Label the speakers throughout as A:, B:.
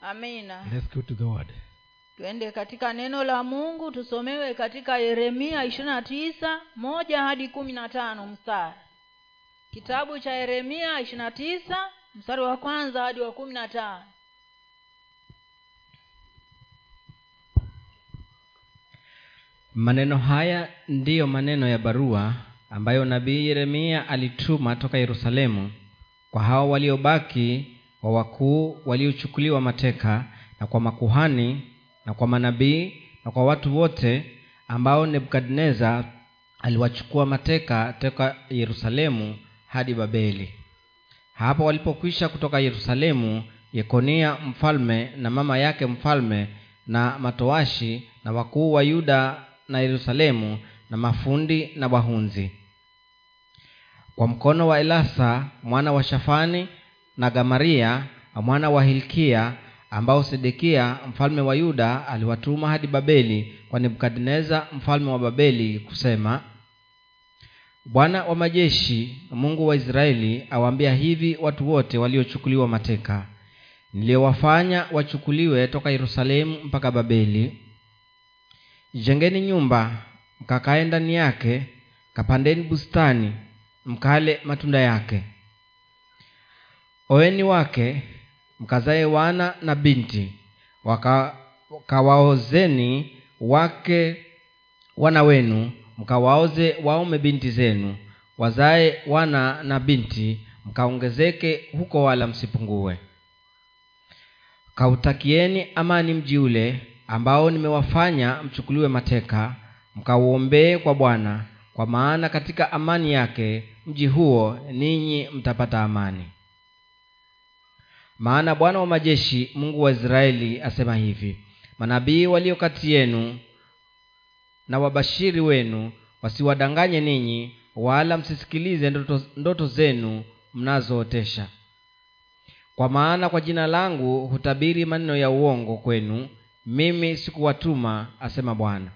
A: amina
B: Let's go to the word.
A: twende katika neno la mungu tusomewe katika yeremia ishirini na tisa moja hadi kumi na tano mstari kitabu cha yeremia ishirini na tisa mstari wa kwanza hadi wa kumi na tano
C: maneno haya ndiyo maneno ya barua ambayo nabii yeremia alituma toka yerusalemu kwa hao waliobaki wa wakuu waliochukuliwa mateka na kwa makuhani na kwa manabii na kwa watu wote ambao nebukadneza aliwachukua mateka toka yerusalemu hadi babeli hapo walipokwisha kutoka yerusalemu yekonia mfalme na mama yake mfalme na matoashi na wakuu wa yuda na yerusalemu na mafundi na wahunzi kwa mkono wa elasa mwana wa shafani na gamaria mwana wa hilkia ambao sedekia mfalme wa yuda aliwatuma hadi babeli kwa nebukadneza mfalme wa babeli kusema bwana wa majeshi mungu wa israeli awaambia hivi watu wote waliochukuliwa mateka niliyowafanya wachukuliwe toka yerusalemu mpaka babeli jengeni nyumba mkakae ndani yake kapandeni bustani mkale matunda yake oweni wake mkazae wana na binti Waka- wakawaozeni wake wana wenu mkawaoze waume binti zenu wazae wana na binti mkaongezeke huko wala msipungue kautakieni amani mji ule ambao nimewafanya mchukuliwe mateka mkauombee kwa bwana kwa maana katika amani yake mji huo ninyi mtapata amani maana bwana wa majeshi mungu wa israeli asema hivi manabii walio kati yenu na wabashiri wenu wasiwadanganye ninyi wala msisikilize ndoto, ndoto zenu mnazootesha kwa maana kwa jina langu hutabiri maneno ya uongo kwenu mimi sikuwatuma asema bwana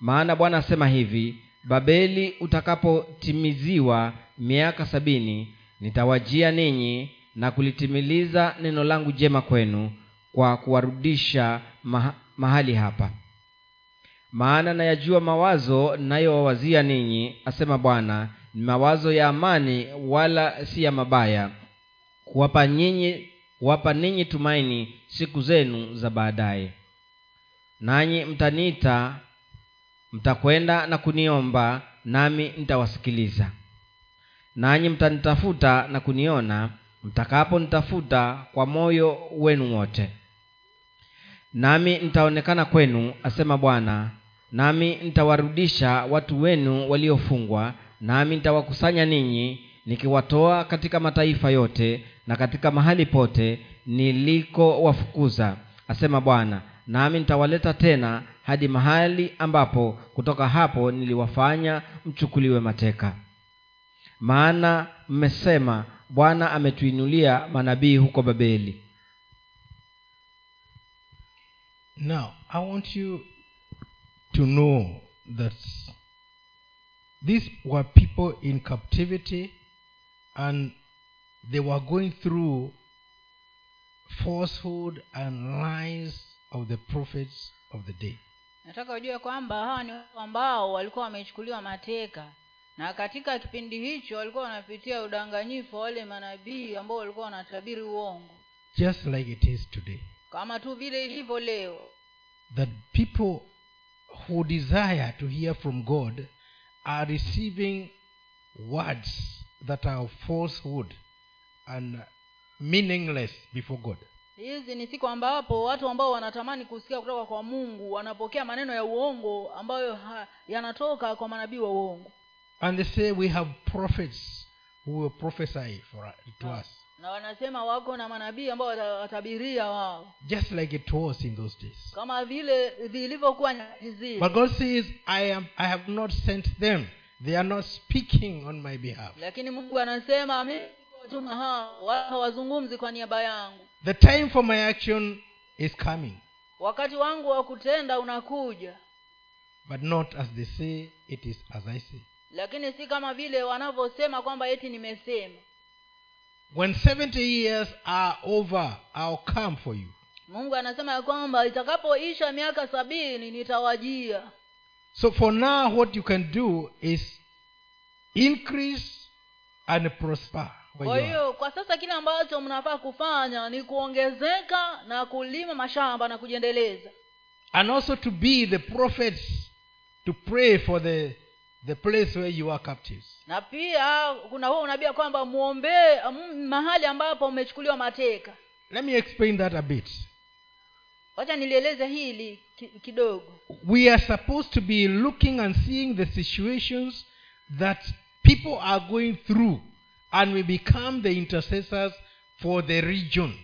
C: maana bwana asema hivi babeli utakapotimiziwa miaka sabini nitawajia ninyi na kulitimiliza neno langu jema kwenu kwa kuwarudisha maha, mahali hapa maana nayajua mawazo ninayowawazia ninyi asema bwana ni mawazo ya amani wala si ya mabaya kuwapa nyinyi kuwapa ninyi tumaini siku zenu za baadaye nanyi mtaniita mtakwenda na kuniomba nami nitawasikiliza nanyi mtanitafuta na kuniona mtakaponitafuta kwa moyo wenu wote nami nitaonekana kwenu asema bwana nami nitawarudisha watu wenu waliofungwa nami nitawakusanya ninyi nikiwatoa katika mataifa yote na katika mahali pote nilikowafukuza asema bwana nami nitawaleta tena hadi mahali ambapo kutoka hapo niliwafanya mchukuliwe mateka maana mmesema bwana ametuinulia manabii huko babeli
B: Now, I want you to know that these were people in captivity and they were going through falsehood and lies of the prophets of the day.
A: nataka ujue kwamba hawa ni watu ambao walikuwa wamechukuliwa mateka na katika kipindi hicho walikuwa wanapitia udanganyifu wa wale manabii ambao walikuwa wanatabiri uongo
B: Just like it is today.
A: kama tu vile ilivyo leo
B: That people who desire to hear from God are receiving words that are falsehood and meaningless before God.
A: hizi ni siku ambapo watu ambao wanatamani kusikia kutoka kwa mungu wanapokea maneno ya uongo ambayo ha- yanatoka kwa manabii wa uongo
B: And they say, We have prophets who will prophesy for, to us.
A: na wanasema wako na manabii ambao wata- watabiria wao
B: Just like it was in those days.
A: kama vile vilivyokuwa nyakati zile
B: But God says, I, am, I have not sent them. They are not speaking on my behalf.
A: lakini mungu anasema mimi sikuwatuma hao wala hawazungumzi kwa niaba yangu
B: The time for my action is coming,
A: wakati wangu wa kutenda unakuja
B: but not as they say, it is as I say.
A: lakini si kama vile wanavyosema kwamba eti nimesema
B: when 70 years are over i'll come for you
A: mungu anasema ya kwamba itakapoisha miaka sabini nitawajia
B: so for now what you can do is increase and prosper where
A: kwa
B: you are.
A: hiyo kwa sasa kile ambacho mnafaa kufanya ni kuongezeka na kulima mashamba na kujiendeleza
B: and also to be the prophets to pray for the the place where you are captives
A: na pia kuna huo unabii ya kwamba mwombee mm, mahali ambapo umechukuliwa mateka
B: let me explain that a bit
A: wacha nilieleze hili ki- kidogo
B: we are supposed to be looking and seeing the situations that people are going through and we become the intercessors for the region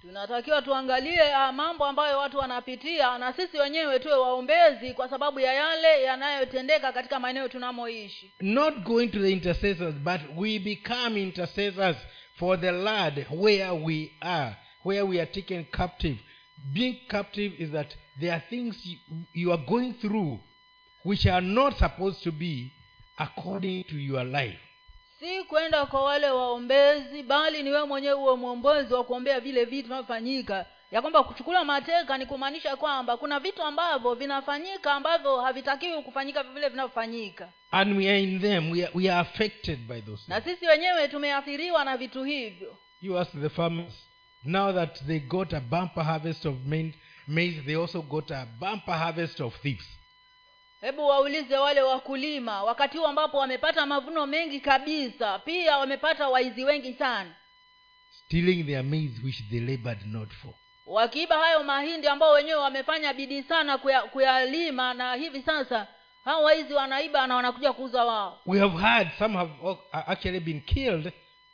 A: tunatakiwa tuangalie ah, mambo ambayo watu wanapitia na sisi wenyewe tuwe waombezi kwa sababu ya yale yanayotendeka katika maeneo tunamoishi
B: not going to the intercessors but we become intercessors for the land where we are where we are taken captive being captive is that there are things you, you are going through which are not supposed to be according to your life
A: si kwenda kwa wale waombezi bali ni wewe mwenyewe uwe mwombozi wa kuombea vile vitu vinavyofanyika ya kwamba kuchukuliwa mateka ni kumaanisha kwamba kuna vitu ambavyo vinafanyika ambavyo havitakiwi kufanyika vile vinavyofanyika
B: and we are in them we are, we are affected by those
A: na
B: things.
A: sisi wenyewe tumeathiriwa na vitu hivyo
B: you ask the farmers now that they got a bumper harvest of main- maize they also got a bumper harvest of thieves
A: hebu waulize wale wakulima wakati huu ambapo wamepata mavuno mengi kabisa pia wamepata waizi wengi sana
B: stealing their maize which they labored not for
A: wakiiba hayo mahindi ambao wenyewe wamefanya bidii sana kuya, kuyalima na hivi sasa hao waizi wanaiba na wanakuja kuuza wao
B: we have heard some have al- are actually been killed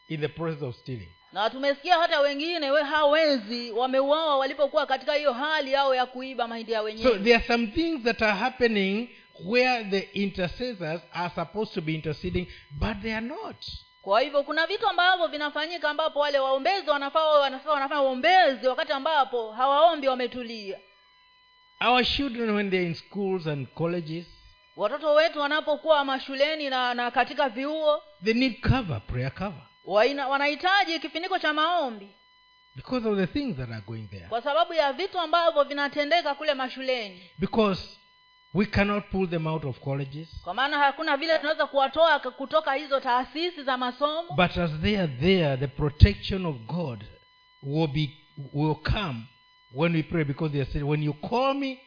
B: in the process of stealing
A: na tumesikia hata wengine we hao wezi wameuawa walipokuwa katika hiyo hali yao ya kuiba mahindi ya
B: so
A: wenyewe
B: there are some things that are happening where the intercessors are supposed to be interceding but they are not
A: kwa hivyo kuna vitu ambavyo vinafanyika ambapo wale waombezi wanafaa wawe- wanafaa wanafanya uombezi wakati ambapo hawaombi wametulia
B: our children when they're in schools and colleges
A: watoto wetu wanapokuwa mashuleni na, na katika vyuo
B: they need cover prayer cover
A: waina, wanahitaji kifuniko cha maombi
B: because of the things that are going there
A: kwa sababu ya vitu ambavyo vinatendeka kule mashuleni
B: because we cannot pull them out of colleges
A: kwa maana hakuna vile tunaweza kuwatoa k- kutoka hizo taasisi za masomo
B: but as they are there the protection of god will be will come when we pray because they are saying when you call me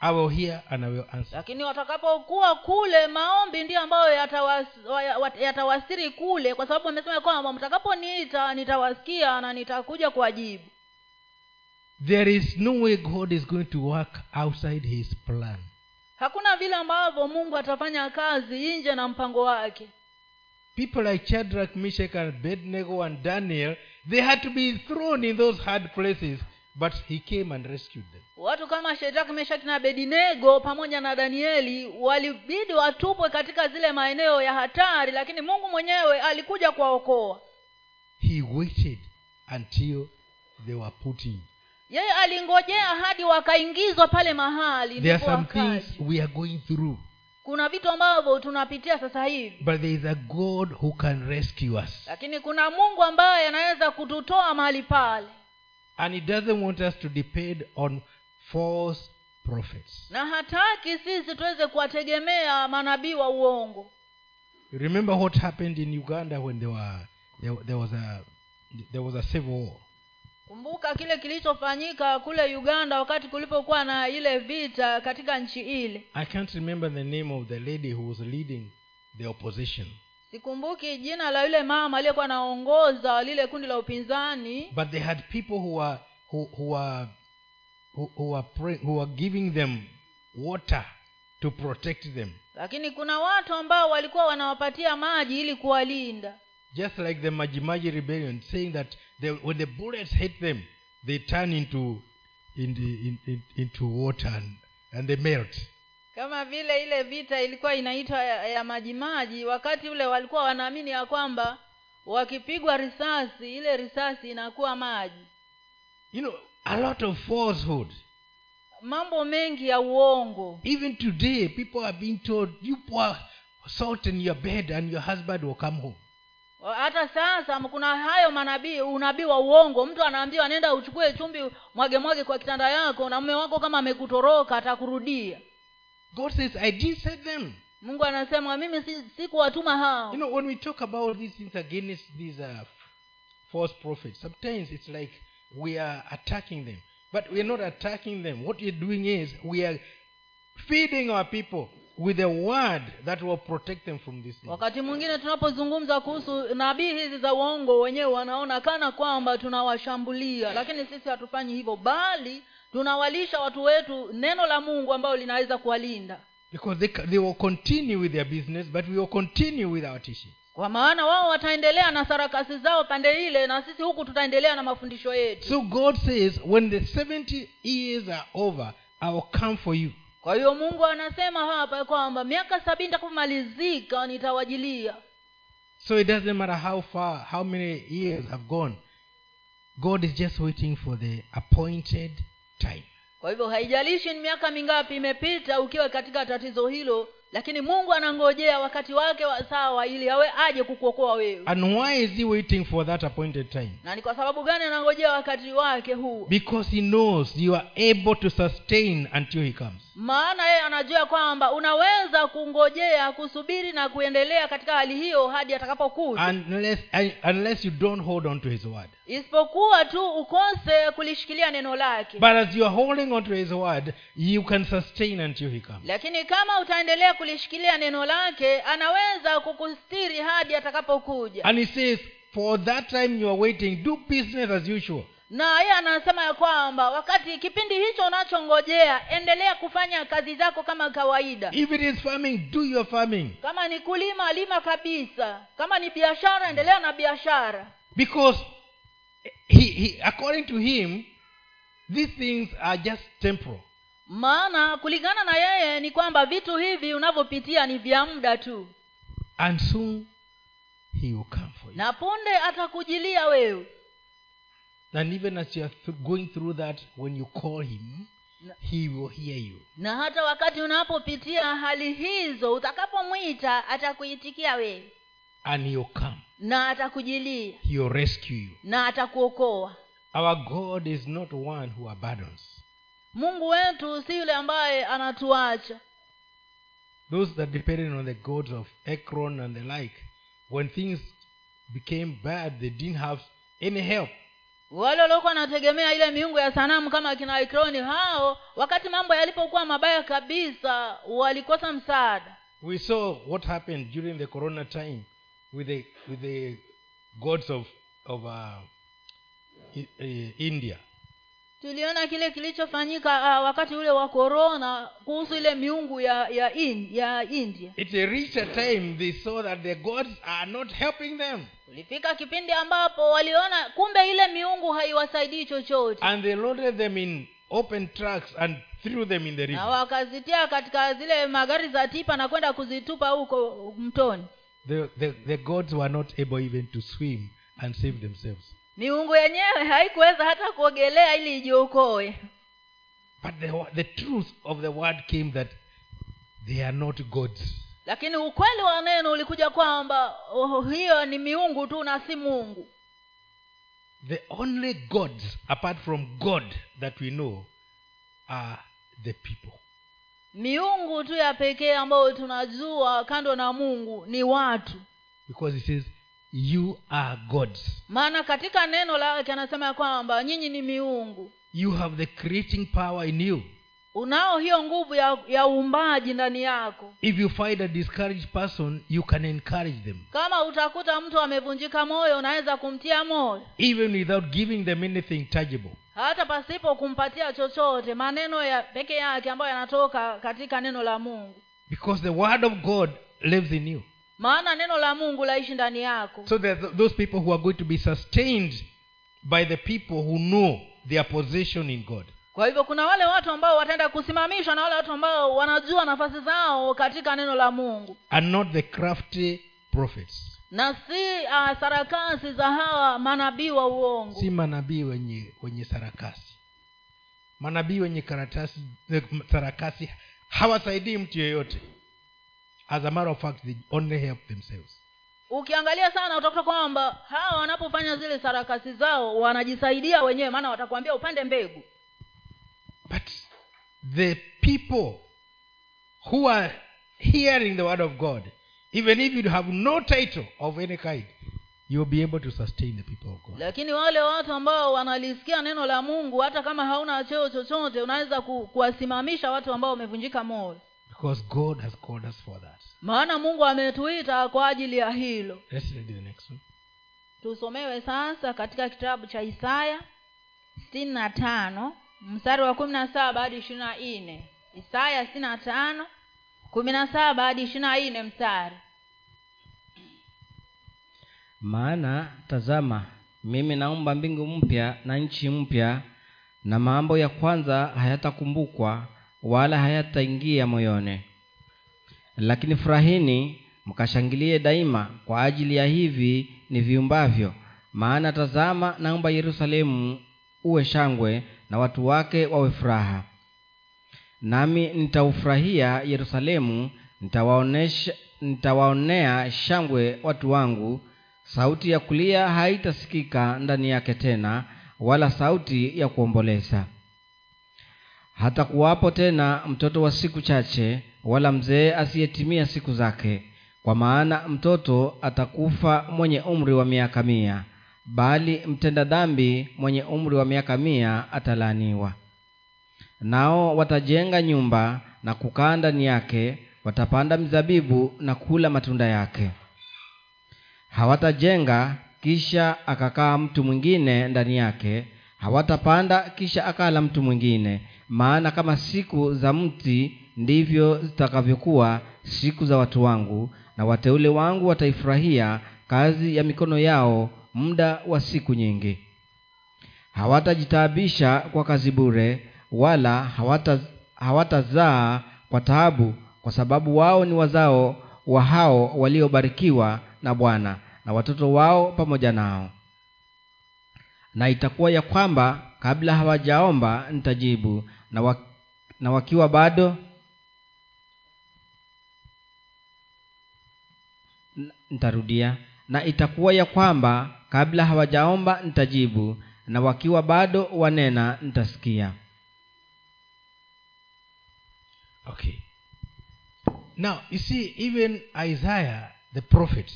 B: i will hear and i will answer
A: lakini watakapokuwa kule maombi ndiyo ambayo yatawas- wa- wa- yatawasiri kule kwa sababu amesema kwamba mtakaponiita nitawasikia na nitakuja kuwajibu
B: there is no way god is going to work outside his plan
A: hakuna vile ambavyo mungu atafanya kazi nje na mpango wake
B: people like shadrach meshach and abednego and daniel they had to be thrown in those hard places but he came and rescued them
A: watu kama shedraki meshaki na abedinego pamoja na danieli walibidi watupwe katika zile maeneo ya hatari lakini mungu mwenyewe alikuja kuwaokoa
B: he waited until they were put in
A: yeye alingojea hadi wakaingizwa pale mahali
B: there are
A: ndipo
B: some
A: wakaja.
B: things we are going through
A: kuna vitu ambavyo tunapitia sasa hivi
B: but there is a god who can rescue us
A: lakini kuna mungu ambaye anaweza kututoa mahali pale
B: and he doesn't want us to depend on false prophets
A: na hataki sisi tuweze kuwategemea manabii wa uongo
B: you remember what happened in uganda when there were there, there was a there was a civil war
A: kumbuka kile kilichofanyika kule uganda wakati kulipokuwa na ile vita katika nchi ile
B: i can't remember the name of the lady who was leading the opposition
A: sikumbuki jina la yule mama aliyekuwa anaongoza lile kundi la upinzani
B: but they had people who were who who were who, who were pray, who were giving them water to protect them
A: lakini kuna watu ambao walikuwa wanawapatia maji ili kuwalinda
B: just like the Majimaji rebellion, saying that they, when the bullets hit them, they turn into in the, in, in, into water and, and they melt.
A: kama vile ile vita ilikuwa inaitwa ya, ya majimaji wakati ule walikuwa wanaamini ya kwamba wakipigwa risasi ile risasi inakuwa maji
B: You know, a lot of falsehood.
A: mambo mengi ya uongo
B: Even today, people are being told you pour salt in your bed and your husband will come home.
A: hata sasa m- kuna hayo manabii unabii wa uongo mtu anaambiwa nenda uchukue chumvi mwage mwage kwa kitanda yako na mume wako kama amekutoroka atakurudia
B: God says, I didn't send them.
A: mungu anasema mimi si, sikuwatuma hao
B: You know, when we talk about these things against these uh, false prophets, sometimes it's like we are attacking them. But we are not attacking them. What we're doing is we are feeding our people with a word that will protect them from these things.
A: wakati mwingine tunapozungumza kuhusu nabii hizi za uongo wenyewe wanaona kana kwamba tunawashambulia lakini sisi hatufanyi hivyo bali tunawalisha watu wetu neno la mungu ambalo linaweza kuwalinda
B: Because they, ca- they will continue with their business, but we will continue with our teaching.
A: kwa maana wao wataendelea na sarakasi zao pande ile na sisi huku tutaendelea na mafundisho yetu
B: So God says, when the 70 years are over, I will come for you.
A: kwa hiyo mungu anasema hapa kwamba miaka sabini itakapomalizika nitawajilia
B: So it doesn't matter how far, how many years have gone. God is just waiting for the appointed time.
A: kwa hivyo haijalishi ni miaka mingapi imepita ukiwa katika tatizo hilo lakini mungu anangojea wakati wake wa sawa ili awe aje kukuokoa wewe
B: And why is He waiting for that appointed time?
A: na ni kwa sababu gani anangojea wakati wake huu
B: Because He knows you are able to sustain until He comes.
A: maana yeye anajua kwamba unaweza kungojea kusubiri na kuendelea katika hali hiyo hadi atakapokuja
B: Unless, un- unless you don't hold on to His word.
A: isipokuwa tu ukose kulishikilia neno lake
B: But as you are holding on to His word, you can sustain until He comes.
A: lakini kama utaendelea kulishikilia neno lake anaweza kukustiri hadi atakapokuja
B: And He says, for that time you are waiting, do business as usual.
A: na yeye anasema ya kwamba wakati kipindi hicho unachongojea endelea kufanya kazi zako kama kawaida
B: If it is farming, do your farming.
A: kama ni kulima lima kabisa kama ni biashara endelea na biashara
B: because he, he according to him these things are just temporal
A: maana kulingana na yeye ni kwamba vitu hivi unavyopitia ni vya muda tu
B: and soon he will come for you
A: na punde atakujilia wewe
B: and even as you are th- going through that when you call him he will hear you
A: na hata wakati unapopitia hali hizo utakapomwita atakuitikia wewe
B: and he will come
A: na atakujilia
B: he will rescue you
A: na atakuokoa
B: our god is not one who abandons
A: mungu wetu si yule ambaye anatuacha
B: those that depended on the gods of ekron and the like when things became bad they didn't have any help
A: wale waliokuwa wanategemea ile miungu ya sanamu kama akina ikroni hao wakati mambo yalipokuwa mabaya kabisa walikosa msaada
B: We saw what happened during the corona time with the with the gods of of uh, I, uh, India.
A: tuliona kile kilichofanyika ah, wakati ule wa korona kuhusu ile miungu ya ya, in, ya india
B: It reached a time they saw that the gods are not helping them,
A: tulifika kipindi ambapo waliona kumbe ile miungu haiwasaidii chochote
B: and they loaded them in open trucks and threw them in the
A: na
B: river.
A: wakazitia katika zile magari za tipa na kwenda kuzitupa huko mtoni
B: The, the the gods were not able even to swim and save themselves.
A: miungu yenyewe haikuweza hata kuogelea ili ijiokoe
B: But the wo- the truth of the word came that they are not gods.
A: lakini ukweli wa neno ulikuja kwamba oh, hiyo ni miungu tu na si mungu
B: The only gods, apart from God, that we know are the people.
A: miungu tu ya pekee ambayo tunajua kando na mungu ni watu
B: Because it says, You are gods.
A: maana katika neno lake anasema ya kwamba nyinyi ni miungu
B: You have the creating power in you.
A: unao hiyo nguvu ya ya uumbaji ndani yako
B: If you find a discouraged person, you can encourage them,
A: kama utakuta mtu amevunjika moyo unaweza kumtia moyo
B: even without giving them anything tangible.
A: hata pasipo kumpatia chochote maneno ya peke yake ambayo yanatoka katika neno la mungu
B: Because the word of God lives in you.
A: maana neno la mungu laishi ndani yako
B: So there are those people who are going to be sustained by the people who know their position in God.
A: kwa hivyo kuna wale watu ambao wataenda kusimamishwa na wale watu ambao wanajua nafasi zao katika neno la mungu
B: And not the crafty prophets.
A: na si uh, sarakasi za hawa manabii wa uongo
B: si manabii wenye wenye sarakasi manabii wenye karatasi eh, sarakasi hawasaidii mtu yeyote as a matter of fact they only help themselves
A: ukiangalia sana utakuta kwamba hawa wanapofanya zile sarakasi zao wanajisaidia wenyewe maana watakwambia upande mbegu
B: But the people who are hearing the word of God, even if you have no title of any kind, you'll be able to sustain the people of God.
A: lakini wale watu ambao wanalisikia neno la mungu hata kama hauna cheo chochote unaweza ku, kuwasimamisha watu ambao wamevunjika moyo
B: Because God has called us for that.
A: maana mungu ametuita kwa ajili ya hilo
B: Let's read the next one.
A: tusomewe sasa katika kitabu cha isaya sitini na tano mstari wa kumi na saba hadi ishiri na nne isaya sitini na tano kumi na saba hadi ishiri na nne mstari
C: maana tazama mimi naumba mbingu mpya na nchi mpya na mambo ya kwanza hayatakumbukwa wala hayataingia moyoni lakini furahini mkashangilie daima kwa ajili ya hivi ni viumbavyo maana tazama naumba yerusalemu uwe shangwe na watu wake wawe furaha nami nitaufurahia yerusalemu nitawaonesha nitawaonea shangwe watu wangu sauti ya kulia haitasikika ndani yake tena wala sauti ya kuomboleza hata kuwapo tena mtoto wa siku chache wala mzee asiyetimia siku zake kwa maana mtoto atakufa mwenye umri wa miaka mia bali mtenda dhambi mwenye umri wa miaka mia atalaaniwa nao watajenga nyumba na kukaa ndani yake watapanda mzabibu na kula matunda yake hawatajenga kisha akakaa mtu mwingine ndani yake hawatapanda kisha akala mtu mwingine maana kama siku za mti ndivyo zitakavyokuwa siku za watu wangu na wateule wangu wataifurahia kazi ya mikono yao muda wa siku nyingi hawatajitabisha kwa kazi bure wala hawata hawatazaa kwa taabu kwa sababu wao ni wazao wa hao waliobarikiwa na bwana na watoto wao pamoja nao na itakuwa ya kwamba kabla hawajaomba nitajibu na, wa, na wakiwa bado N- nitarudia na itakuwa ya kwamba kabla hawajaomba nitajibu na wakiwa bado wanena nitasikia
B: Okay. Now, you see, even Isaiah, the prophet,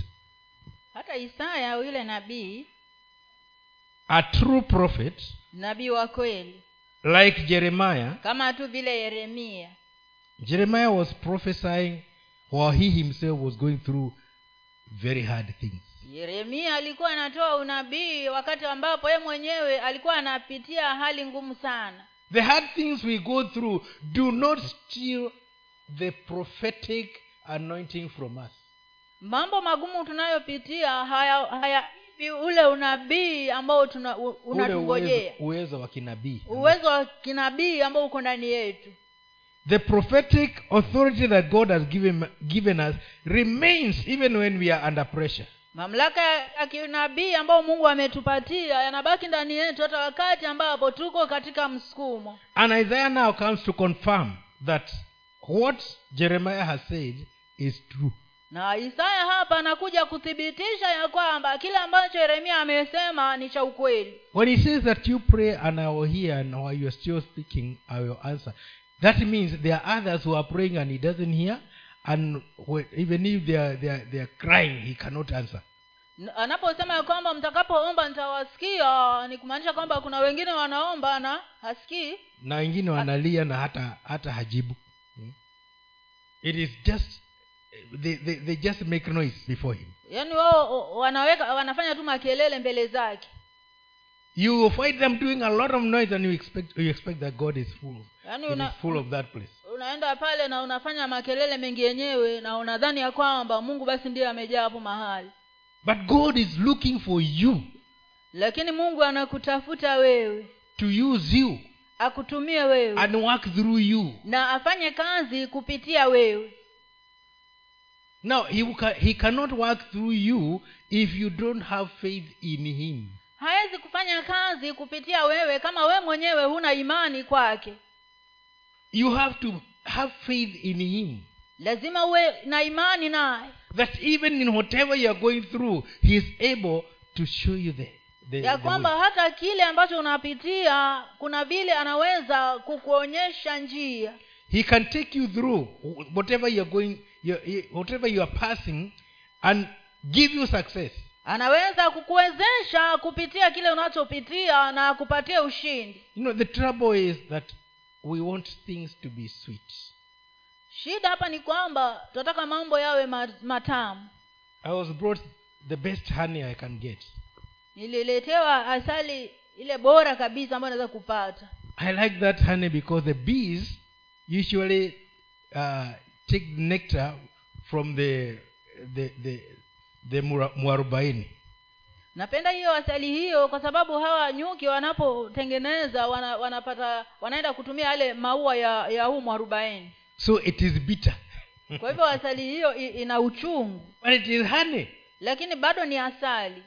A: hata isaya yule nabii
B: a true prophet,
A: nabii wa kweli
B: like Jeremiah,
A: kama tu vile yeremia
B: Jeremiah was prophesying while he himself was going through very hard things.
A: yeremia alikuwa anatoa unabii wakati ambapo ye mwenyewe alikuwa anapitia hali ngumu sana
B: The hard things we go through do not steal the prophetic anointing from us.
A: mambo magumu tunayopitia haya haya ule unabii ambao tuna- u-
B: Ule
A: unatungojea
B: uwezo- uwezo wa kinabii.
A: uwezo wa kinabii ambao uko ndani yetu
B: The prophetic authority that God has given, given us remains even when we are under pressure.
A: mamlaka ya ya kinabii ambayo mungu ametupatia yanabaki ndani yetu hata wakati ambapo tuko katika msukumo
B: And Isaiah now comes to confirm that what Jeremiah has said is true.
A: na isaya hapa anakuja kuthibitisha ya kwamba kile ambacho yeremia amesema ni cha ukweli
B: When he says that you pray and I will hear, and while you are still speaking, I will answer. That means there are others who are praying and he doesn't hear, and wh- even if they are, they are, they are crying, he cannot answer.
A: N- anaposema ya kwamba mtakapoomba nitawasikia ni kumaanisha kwamba kuna wengine wanaomba na hasikii
B: na wengine wanalia na hata hata hajibu Hmm? it is just they, they, they just make noise before him
A: yaani wao o- wanaweka wanafanya tu makelele mbele zake
B: you will find them doing a lot of noise and you expect you expect that god is full of,
A: yaani
B: He
A: una,
B: is full of that place
A: unaenda pale na unafanya makelele mengi yenyewe na unadhani ya kwamba mungu basi ndiye amejaa hapo mahali
B: but god is looking for you
A: lakini mungu anakutafuta wewe
B: to use you
A: akutumie wewe
B: and work through you
A: na afanye kazi kupitia wewe
B: now he, will ca- he cannot work through you if you don't have faith in him
A: hawezi kufanya kazi kupitia wewe kama wewe mwenyewe huna imani kwake
B: you have to have faith in him
A: lazima uwe na imani naye
B: That even in whatever you are going through, He is able to show you the, the,
A: ya
B: the
A: kwamba
B: way.
A: hata kile ambacho unapitia kuna vile anaweza kukuonyesha njia
B: He can take you through wh- whatever you are going, you, you- whatever you are passing, and give you success.
A: anaweza kukuwezesha kupitia kile unachopitia na akupatie ushindi
B: You know, the trouble is that we want things to be sweet.
A: shida hapa ni kwamba tunataka mambo yawe ma- matamu
B: I was brought the best honey I can get.
A: nililetewa asali ile bora kabisa ambayo naweza kupata
B: I like that honey because the bees usually uh, take nectar from the the the, the mura- mwarobaini.
A: napenda hiyo asali hiyo kwa sababu hawa nyuki wanapotengeneza wana, wanapata wanaenda kutumia yale maua ya ya huu mwarubaini
B: So it is bitter,
A: kwa hivyo asali hiyo i- ina uchungu
B: but it is honey,
A: lakini bado ni asali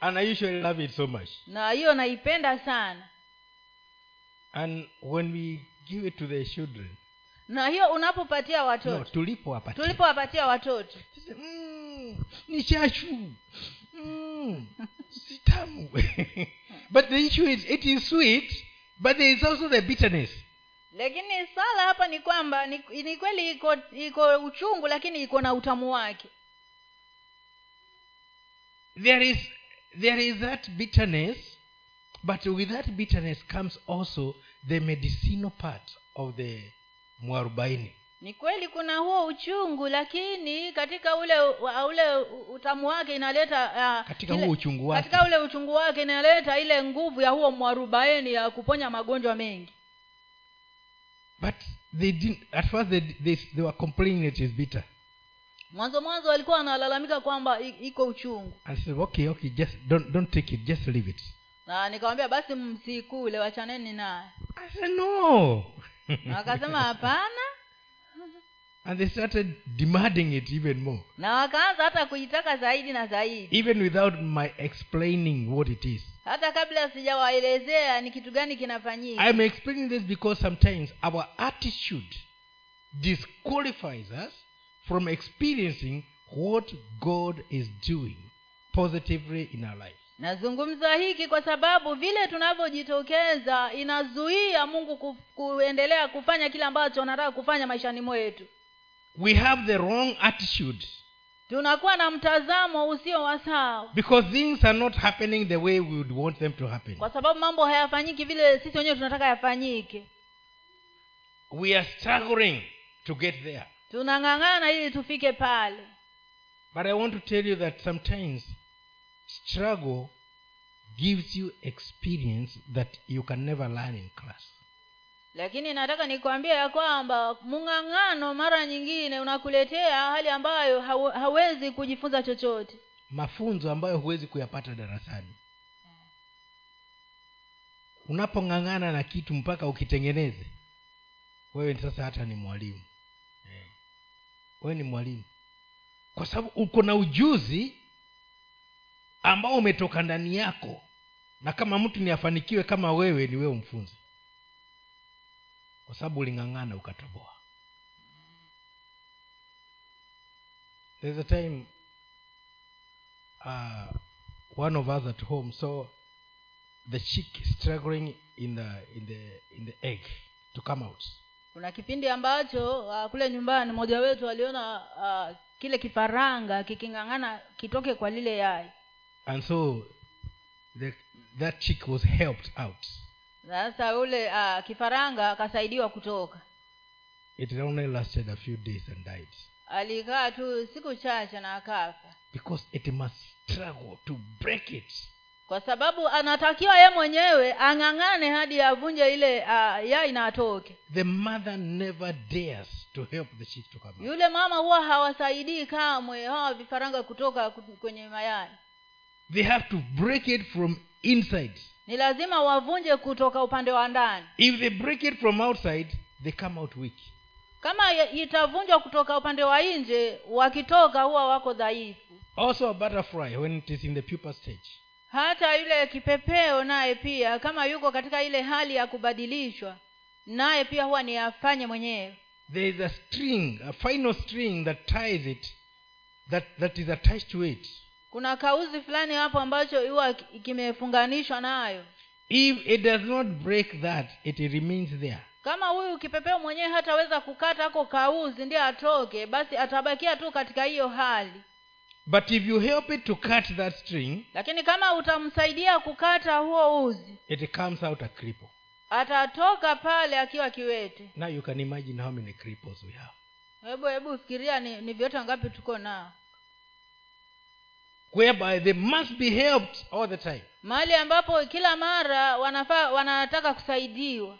B: and I usually love it so much.
A: na hiyo naipenda sana
B: And when we give it to the children,
A: na hiyo unapopatia
B: no,
A: watoto
B: tulipo hapa.
A: tulipowapatia watoto
B: Mm, ni chashu. Mm, si tamu. but the issue is it is sweet, but there is also the bitterness.
A: lakini sala hapa ni kwamba ni, ni kweli iko iko uchungu lakini iko na utamu wake
B: there is there is that bitterness but with that bitterness comes also the medicinal part of the mwarubaini
A: ni kweli kuna huo uchungu lakini katika ule wa- ule utamu wake inaleta uh,
B: Katika huo uchungu wake.
A: katika ule uchungu wake inaleta ile nguvu ya huo mwarubaini ya kuponya magonjwa mengi
B: but they didn't at first they, they, they were complaining it is bitter
A: mwanzo mwanzo walikuwa wanalalamika kwamba i- iko uchungu
B: and I said okay okay just don't don't take it just leave it
A: na nikawambia basi msikule wachaneni naye
B: i said no
A: na wakasema hapana
B: and they started demanding it even more
A: na wakaanza hata kuitaka zaidi na zaidi
B: even without my explaining what it is
A: hata kabla sijawaelezea ni kitu gani kinafanyika
B: i'm explaining this because sometimes our attitude disqualifies us from experiencing what god is doing positively in our life
A: nazungumza hiki kwa sababu vile tunavyojitokeza inazuia mungu ku, kuendelea kufanya kile ambacho anataka kufanya maishani mwetu
B: we have the wrong attitude
A: tunakuwa na mtazamo usio wa sawa
B: because things are not happening the way we would want them to happen
A: kwa sababu mambo hayafanyiki vile sisi wenyewe tunataka yafanyike
B: we are struggling to get there
A: tunang'ang'ana ili tufike pale
B: but i want to tell you that sometimes struggle gives you experience that you can never learn in class
A: lakini nataka nikwambie ya kwamba mng'ang'ano mara nyingine unakuletea hali ambayo hawe- hawezi kujifunza chochote
B: mafunzo ambayo huwezi kuyapata darasani unapong'ang'ana na kitu mpaka ukitengeneze wewe ni sasa hata ni mwalimu Eh. wewe ni mwalimu kwa sababu uko na ujuzi ambao umetoka ndani yako na kama mtu ni afanikiwe kama wewe ni wewe mfunzi kwa sababu uling'ang'ana ukatoboa there's a time uh, one of us at home saw the chick struggling in the in the in the egg to come out.
A: kuna kipindi ambacho uh, kule nyumbani mmoja wetu aliona uh, kile kifaranga kiking'ang'ana kitoke kwa lile yai
B: And so the, that chick was helped out.
A: sasa ule uh, kifaranga akasaidiwa kutoka
B: It only lasted a few days and died.
A: alikaa tu siku chache na akafa
B: Because it must struggle to break it.
A: kwa sababu anatakiwa ye mwenyewe ang'ang'ane hadi avunje ile uh, yai na atoke
B: The mother never dares to help the chick to come out.
A: yule mama huwa hawasaidii kamwe hawa vifaranga kutoka ku- kwenye mayai
B: They have to break it from inside.
A: ni lazima wavunje kutoka upande wa ndani
B: If they break it from outside, they come out weak.
A: kama ya- itavunjwa kutoka upande wa nje wakitoka huwa wako dhaifu
B: Also, a butterfly, when it is in the pupa stage,
A: hata yule kipepeo naye pia kama yuko katika ile hali ya kubadilishwa naye pia huwa ni afanye mwenyewe
B: there is a string a final string that ties it that that is attached to it
A: kuna kauzi fulani hapo ambacho huwa ki- kimefunganishwa nayo
B: if it does not break that it remains there
A: kama huyu kipepeo mwenyewe hataweza kukata ako kauzi ndiye atoke basi atabakia tu katika hiyo hali
B: but if you help it to cut that string
A: lakini kama utamsaidia kukata huo uzi
B: it comes out a cripple
A: atatoka pale akiwa kiwete
B: now you can imagine how many cripples we have
A: hebu hebu fikiria ni, ni viwete wangapi tuko nao
B: whereby they must be helped all the time
A: mahali ambapo kila mara wanafaa wanataka kusaidiwa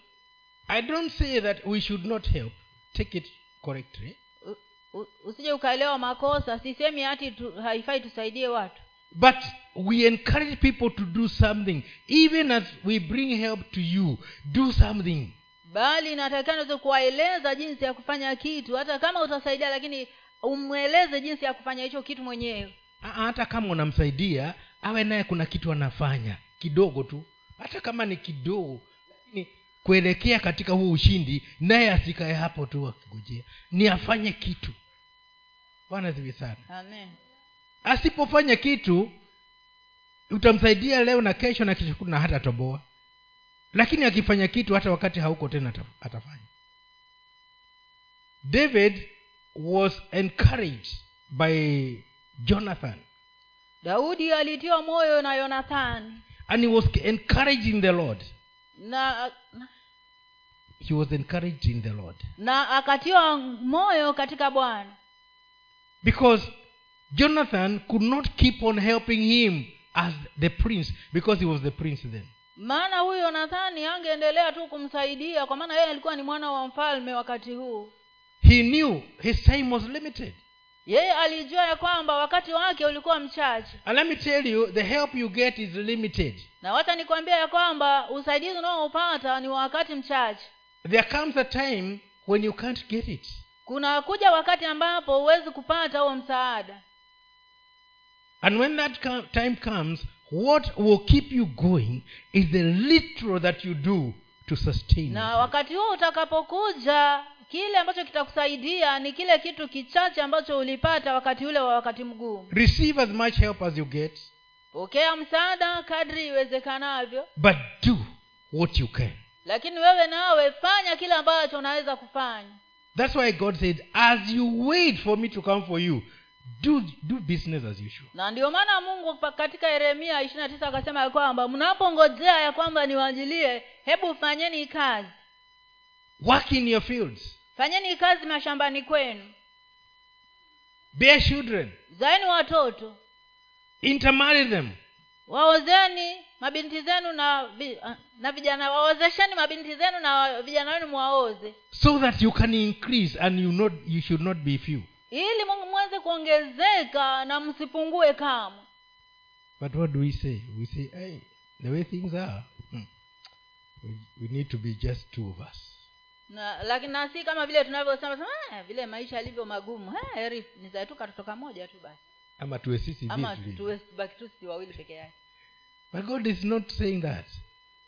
B: i don't say that we should not help take it correctly
A: U- u- usije ukaelewa makosa sisemi hati tu, haifai tusaidie watu
B: But we encourage people to do something. Even as we bring help to you, do something.
A: bali inatakikana uweze kuwaeleza jinsi ya kufanya kitu hata kama utasaidia lakini umweleze jinsi ya kufanya hicho kitu mwenyewe
B: Ah, ah, hata kama unamsaidia awe naye kuna kitu anafanya kidogo tu hata kama ni kidogo lakini kuelekea katika huo ushindi naye asikae hapo tu akigojea ni afanye kitu bwana ziwi sana
A: amen
B: asipofanya kitu utamsaidia leo na kesho na kesho na hata toboa lakini akifanya kitu hata wakati hauko tena ata- atafanya david was encouraged by jonathan
A: daudi alitiwa moyo na yonathani
B: and he was encouraging the lord
A: na
B: he was encouraging the lord
A: na akatiwa moyo katika bwana
B: because jonathan could not keep on helping him as the prince because he was the prince then
A: maana huyu yonathani angeendelea tu kumsaidia kwa maana yeye alikuwa ni mwana wa mfalme wakati huu
B: he knew his time was limited
A: yeye alijua ya kwamba wakati wake ulikuwa mchache
B: And let me tell you, the help you get is limited.
A: na wacha nikwambia ya kwamba usaidizi unaoupata ni wa wakati mchache
B: There comes a time when you can't get it.
A: kuna kuja wakati ambapo huwezi kupata huo msaada
B: And when that co- time comes, what will keep you going is the little that you do to sustain.
A: na
B: yourself.
A: wakati huo utakapokuja kile ambacho kitakusaidia ni kile kitu kichache ambacho ulipata wakati ule wa wakati mgumu
B: Receive as much help as you get,
A: pokea msaada kadri iwezekanavyo
B: but do what you can.
A: lakini wewe nawe fanya kile ambacho unaweza kufanya
B: That's why God said, as you wait for me to come for you, do, do business as usual.
A: na ndio maana mungu pa- katika yeremia ishirina tisa akasema ya kwamba mnapongojea ya kwamba niwajilie hebu fanyeni kazi
B: Work in your fields.
A: fanyeni kazi mashambani kwenu
B: Bear children.
A: zaeni watoto
B: Intermarry them.
A: waozeni mabinti zenu na vi- ah, na vijana waozesheni mabinti zenu na wa- vijana wenu mwaoze
B: so that you can increase and you not you should not be few
A: ili mungu mweze kuongezeka na msipungue kamwe
B: but what do we say we say hey the way things are hmm, we, we need to be just two of us
A: na lakini na si kama vile tunavyosema sema, "Ah, vile maisha yalivyo magumu "Ah, heri nizae tu katoto kamoja tu basi
B: ama tuwe sisi
A: ama
B: vipi?
A: tuwe baki tu sisi wawili peke yake
B: but god is not saying that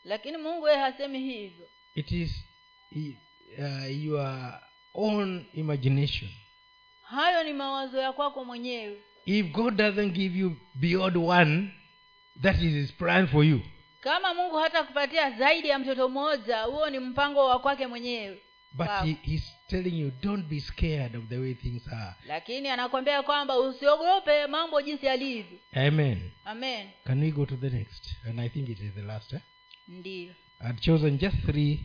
A: lakini mungu yeye hasemi hivyo
B: it is i- uh, your own imagination
A: hayo ni mawazo ya kwako mwenyewe
B: if god doesn't give you beyond one that is his plan for you
A: kama mungu hata kupatia zaidi ya mtoto mmoja huo ni mpango wa kwake mwenyewe
B: but
A: Wow.
B: he, he's telling you don't be scared of the way things are
A: lakini anakwambia kwamba usiogope mambo jinsi yalivyo
B: amen
A: amen
B: can we go to the next and i think it is the last eh?
A: ndiyo
B: I've chosen just three, three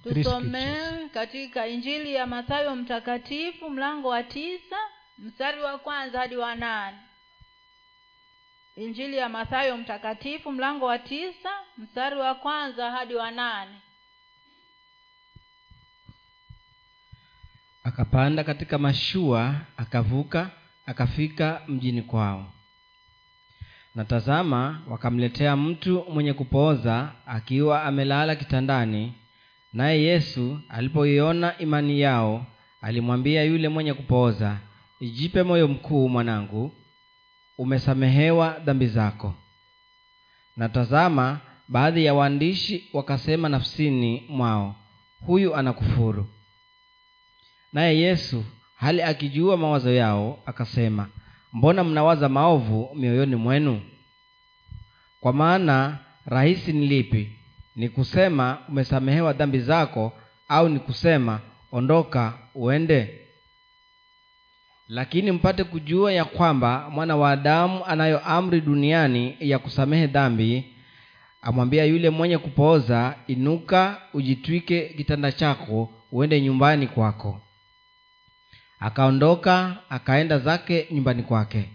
B: scriptures.
A: tusomee katika injili ya mathayo mtakatifu mlango wa tisa mstari wa kwanza hadi wa nane injili ya mathayo mtakatifu mlango wa tisa mstari wa kwanza hadi wa nane
C: akapanda katika mashua akavuka akafika mjini kwao na tazama wakamletea mtu mwenye kupooza akiwa amelala kitandani naye yesu alipoiona imani yao alimwambia yule mwenye kupooza ijipe moyo mkuu mwanangu umesamehewa dhambi zako na tazama baadhi ya waandishi wakasema nafsini mwao huyu anakufuru naye yesu hali akijua mawazo yao akasema mbona mnawaza maovu mioyoni mwenu kwa maana rahisi ni lipi ni kusema umesamehewa dhambi zako au ni kusema ondoka uende lakini mpate kujua ya kwamba mwana wa adamu anayo amri duniani ya kusamehe dhambi amwambia yule mwenye kupooza inuka ujitwike kitanda chako uende nyumbani kwako akaondoka akaenda zake nyumbani kwake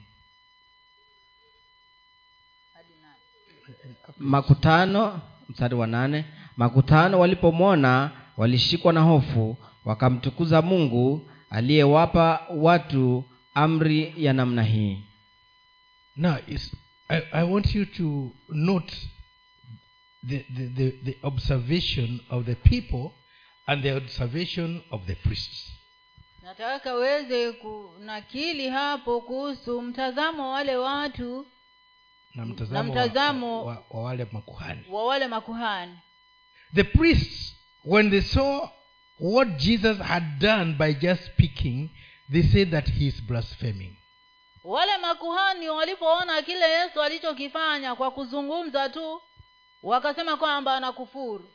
C: makutano mstari wa nane makutano walipomwona walishikwa na hofu wakamtukuza mungu aliyewapa watu amri ya namna hii
B: Now, it's, I, I want you to note the, the, the, the observation of the people and the observation of the priests.
A: nataka uweze kunakili hapo kuhusu mtazamo wa wale watu Na
B: Na mtazamo
A: mtazamo-
B: wa, wa, wa wale makuhani.
A: wa wale makuhani
B: The priests, when they saw what Jesus had done by just speaking, they said that he is blaspheming.
A: wale makuhani walipoona kile yesu alichokifanya kwa kuzungumza tu wakasema kwamba anakufuru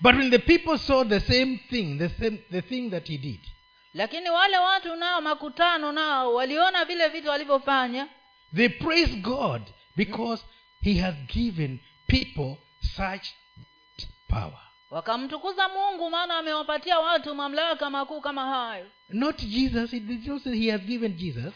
B: But when the people saw the same thing, the same the thing that he did,
A: lakini wale watu nao makutano nao waliona vile vitu walivyofanya
B: they praised God because he has given people such power.
A: wakamtukuza mungu maana amewapatia watu mamlaka makuu kama hayo
B: Not Jesus. He did not say he has given Jesus.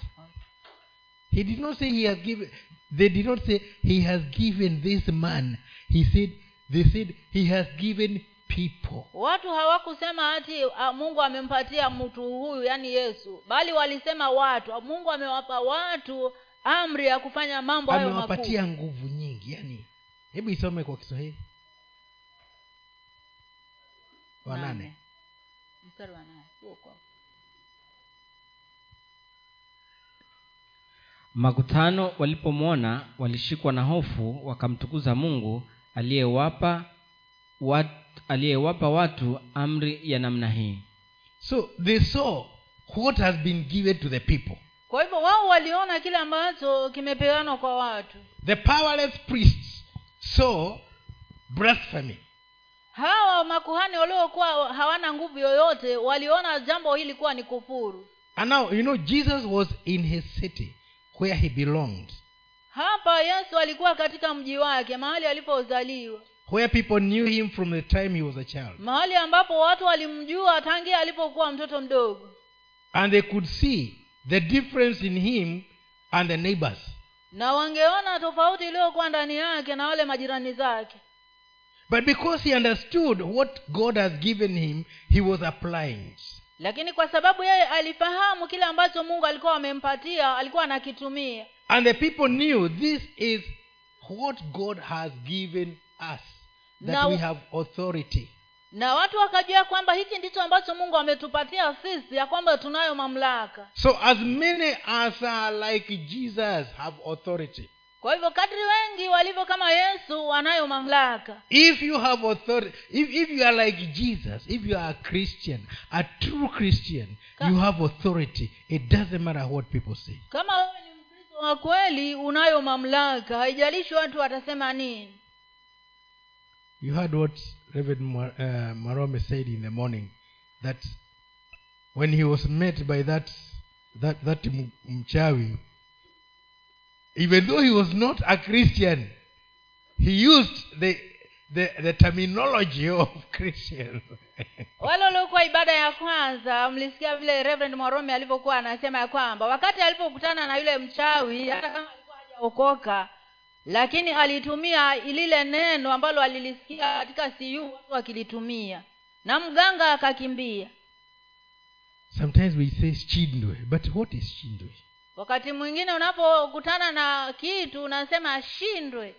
B: He did not say he has given. They did not say he has given this man. He said they said he has given people.
A: watu hawakusema ati "Ah, mungu amempatia mtu huyu yaani yesu bali walisema watu mungu amewapa watu amri ya kufanya mambo hayo makuu
B: amewapatia nguvu nyingi yani hebu isome kwa kiswahili wanane
A: Nane. Mstari wa nane. Huo kwako.
C: makutano walipomwona walishikwa na hofu wakamtukuza mungu aliyewapa wat, aliyewapa watu amri ya namna hii
B: so they saw what has been given to the people
A: kwa hivyo wao waliona kile ambacho kimepeanwa kwa watu
B: the powerless priests saw blasphemy
A: hawa makuhani waliokuwa hawana nguvu yoyote waliona jambo hili kuwa ni kufuru
B: and now you know jesus was in his city where he belonged
A: hapa yesu alikuwa katika mji wake mahali alipozaliwa
B: where people knew him from the time he was a child
A: mahali ambapo watu walimjua tangia alipokuwa mtoto mdogo
B: and they could see the difference in him and the neighbors
A: na wangeona tofauti iliyokuwa ndani yake na wale majirani zake
B: but because he understood what god has given him he was applying it.
A: lakini kwa sababu yeye alifahamu kile ambacho mungu alikuwa amempatia alikuwa anakitumia
B: And the people knew this is what God has given us, that
A: Now-
B: we have authority.
A: na watu wakajua kwamba hiki ndicho ambacho mungu ametupatia sisi ya kwamba tunayo mamlaka
B: So, as many as are like Jesus have authority.
A: kwa hivyo kadri wengi walivyo kama yesu wanayo mamlaka
B: If you have authority, if, if you are like Jesus, if you are a Christian, a true Christian,
A: Ka-
B: you have authority. It doesn't matter what people say.
A: kama wewe ni mkristo wa kweli unayo mamlaka haijalishi watu watasema nini
B: You heard what Reverend Mar- uh, Marome said in the morning that when he was met by that that that M- mchawi, even though he was not a Christian, he used the the, the terminology of Christian.
A: wale waliokuwa ibada ya kwanza mlisikia vile reverend mwarome alivyokuwa anasema ya kwamba wakati alipokutana na yule mchawi hata kama alikuwa hajaokoka lakini alitumia lile neno ambalo alilisikia katika siu watu wakilitumia na mganga akakimbia
B: Sometimes we say chindwe, but what is chindwe?
A: wakati mwingine unapokutana na kitu unasema shindwe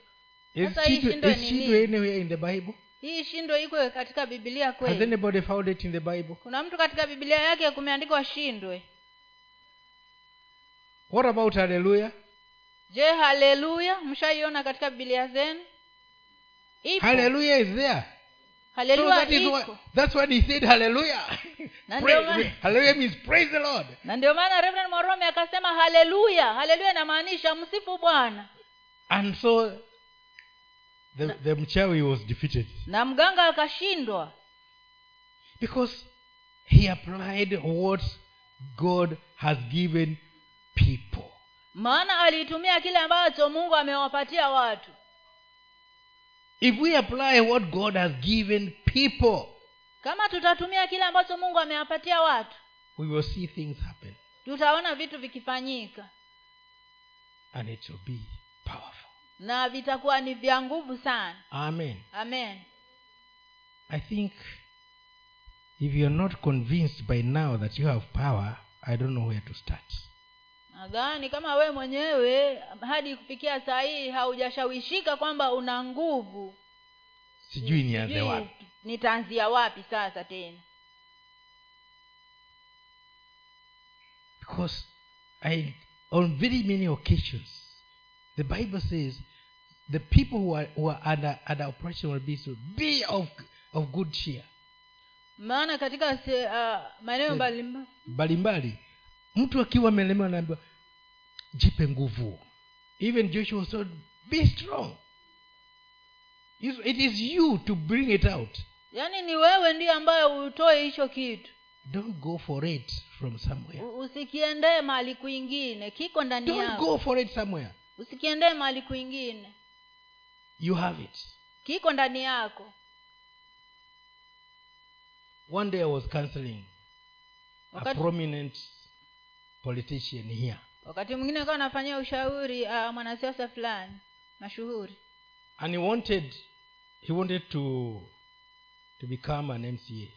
B: Is
A: Sasa hii
B: chindwe,
A: shindwe
B: is
A: ni
B: chindwe
A: nini?
B: anywhere in the Bible?
A: hii shindwe iko katika bibilia
B: Has
A: kweli
B: anybody found it in the Bible?
A: kuna mtu katika bibilia yake kumeandikwa shindwe
B: What about hallelujah?
A: je haleluya mshaiona katika bibilia zenu ipo
B: Hallelujah is there. So
A: haleluya
B: that is what,
A: iko
B: that's what he said, hallelujah.
A: Na
B: Praise-
A: ndio maana-
B: hallelujah means praise the Lord.
A: na ndio maana reverend morome akasema haleluya haleluya inamaanisha msifu bwana
B: And so the, the Mchawi was defeated
A: na mganga akashindwa
B: because he applied what God has given people.
A: maana aliitumia kile ambacho mungu amewapatia watu
B: If we apply what God has given people,
A: kama tutatumia kile ambacho mungu amewapatia watu
B: we will see things happen
A: tutaona vitu vikifanyika
B: and it will be powerful.
A: na vitakuwa ni vya nguvu sana
B: Amen.
A: amen
B: I think if you're not convinced by now that you have power, I don't know where to start.
A: nadhani kama we mwenyewe hadi kufikia saa hii haujashawishika kwamba una nguvu
B: sijui nianze
A: sijui
B: wapi
A: nitaanzia wapi sasa tena
B: because i on very many occasions the bible says the people who are, who are under, under oppression will be so be of, of good cheer
A: maana katika se- ah, maeneo
B: Yes.
A: mbalimbali
B: mbalimbali mtu akiwa amelemewa anaambiwa jipe nguvu even joshua was told be strong It's- it is you to bring it out
A: yaani ni wewe ndiye ambaye utoe hicho kitu
B: don't go for it from somewhere
A: U- usikiendee mahali kwingine kiko ndani
B: don't
A: yako
B: go for it somewhere
A: usikiendee mahali kwingine
B: you have it
A: kiko ndani yako
B: one day i was counseling a
A: Wakati-
B: prominent politician here
A: wakati mwingine akawa anafanyia ushauri uh, mwanasiasa fulani mashuhuri
B: and he wanted he wanted to to become an mca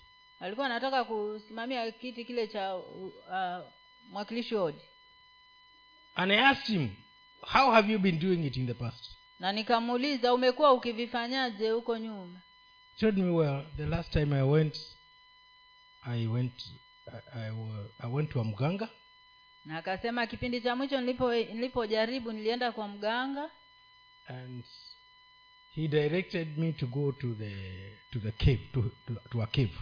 A: alikuwa anataka kusimamia kiti kile cha uh, uh, mwakilishi wa odi
B: and i asked him how have you been doing it in the past
A: na nikamuuliza umekuwa ukivifanyaje huko nyuma
B: he told me well the last time i went i went i, I, wa- I went to amganga
A: na akasema kipindi cha mwisho nilipo- nilipojaribu nilienda kwa mganga
B: and he directed me to go to the to the cave to, to, to a cave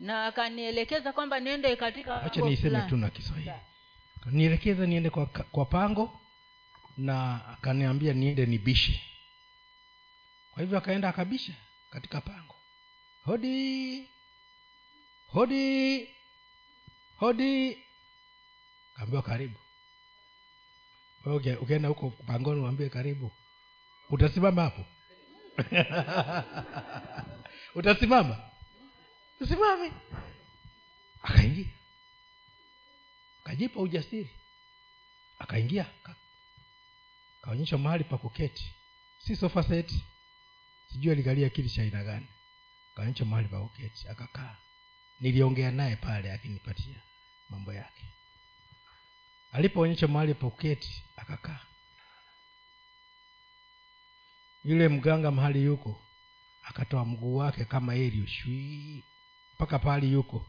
A: na akanielekeza kwamba niende katika
B: acha
A: pango
B: niiseme
A: fulani.
B: tu na kiswahili
A: Sawa.
B: nielekeza niende kwa, kwa pango na akaniambia niende nibishe kwa hivyo akaenda akabisha katika pango hodi hodi hodi kaambiwa karibu Wewe uki- ukienda huko pangoni uambie karibu utasimama hapo utasimama usimame akaingia kajipa ujasiri akaingia ka- kaonyeshwa mahali pa kuketi si sofa seti sijui aligalia kiti cha aina gani kaonyeshwa mahali pa kuketi akakaa niliongea naye pale akinipatia mambo yake alipoonyeshwa mahali pa kuketi akakaa yule mganga mahali yuko akatoa mguu wake kama elio shui mpaka pahali yuko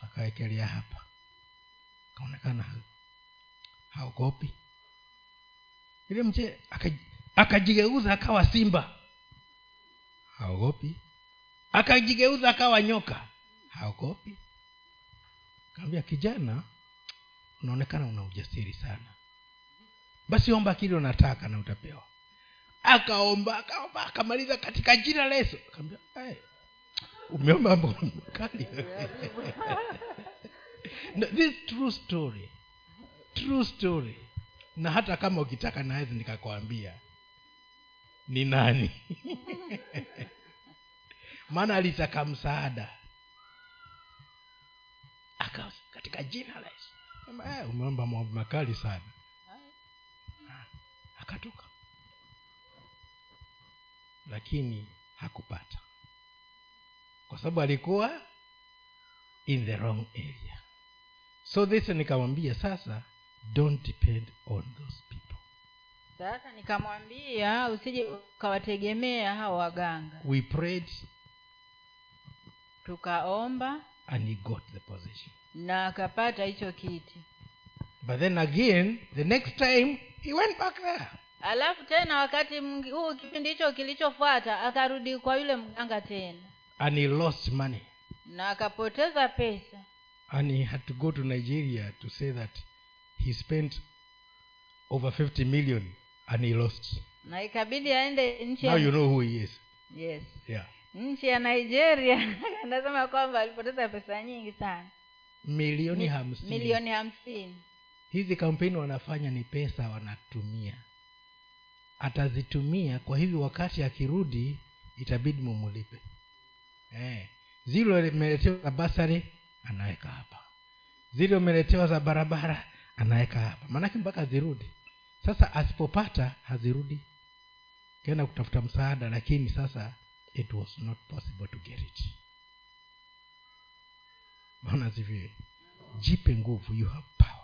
B: akawekelea hapa kaonekana ha- haogopi yule mzee akaji- akajigeuza akawa simba haogopi akajigeuza akawa nyoka haogopi kaambia kijana unaonekana una ujasiri sana basi omba kile unataka na utapewa akaomba akaomba akamaliza katika jina la yesu akaambia "Eh, umeomba mambo makali No, this true story true story na hata kama ukitaka nawezi nikakwambia ni nani maana alitaka msaada Aka, katika jina la yesu Sema, "Eh, umeomba mambo makali sana Ah, akatoka lakini hakupata kwa sababu alikuwa in the wrong area so this nikamwambia sasa don't depend on those people
A: sasa nikamwambia usije ukawategemea hao waganga
B: we prayed
A: tukaomba
B: and he got the position
A: na akapata hicho kiti
B: but then again the next time he went back there
A: alafu tena wakati mngi- huu kipindi hicho kilichofuata akarudi kwa yule mganga tena
B: and he lost money
A: na akapoteza pesa
B: and he had to go to nigeria to say that he spent over 50 million and he lost
A: na ikabidi aende nchi
B: now
A: ya
B: you know who he is
A: yes
B: yeah
A: nchi ya nigeria anasema kwamba alipoteza pesa nyingi sana
B: milioni
A: Mi-
B: hamsini
A: milioni hamsini
B: hizi kampeni wanafanya ni pesa wanatumia atazitumia kwa hivyo wakati akirudi itabidi mumulipe eh. zile umeletewa za basari anaweka hapa zile umeletewa za barabara anaweka hapa maanake mpaka zirudi sasa asipopata hazirudi kaenda kutafuta msaada lakini sasa it was not possible to get it maona sivyo jipe nguvu you have power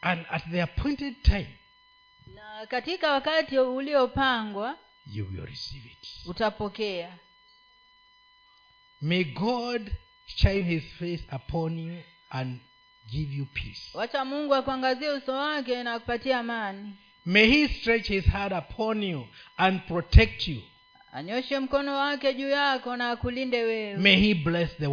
B: and at the appointed time
A: na katika wakati uliopangwa
B: you will receive it
A: utapokea
B: may god shine his face upon you and give you peace
A: wacha mungu akuangazie uso wake na akupatia amani
B: may he stretch his hand upon you and protect you
A: anyoshe mkono wake juu yako na akulinde wewe
B: may he bless the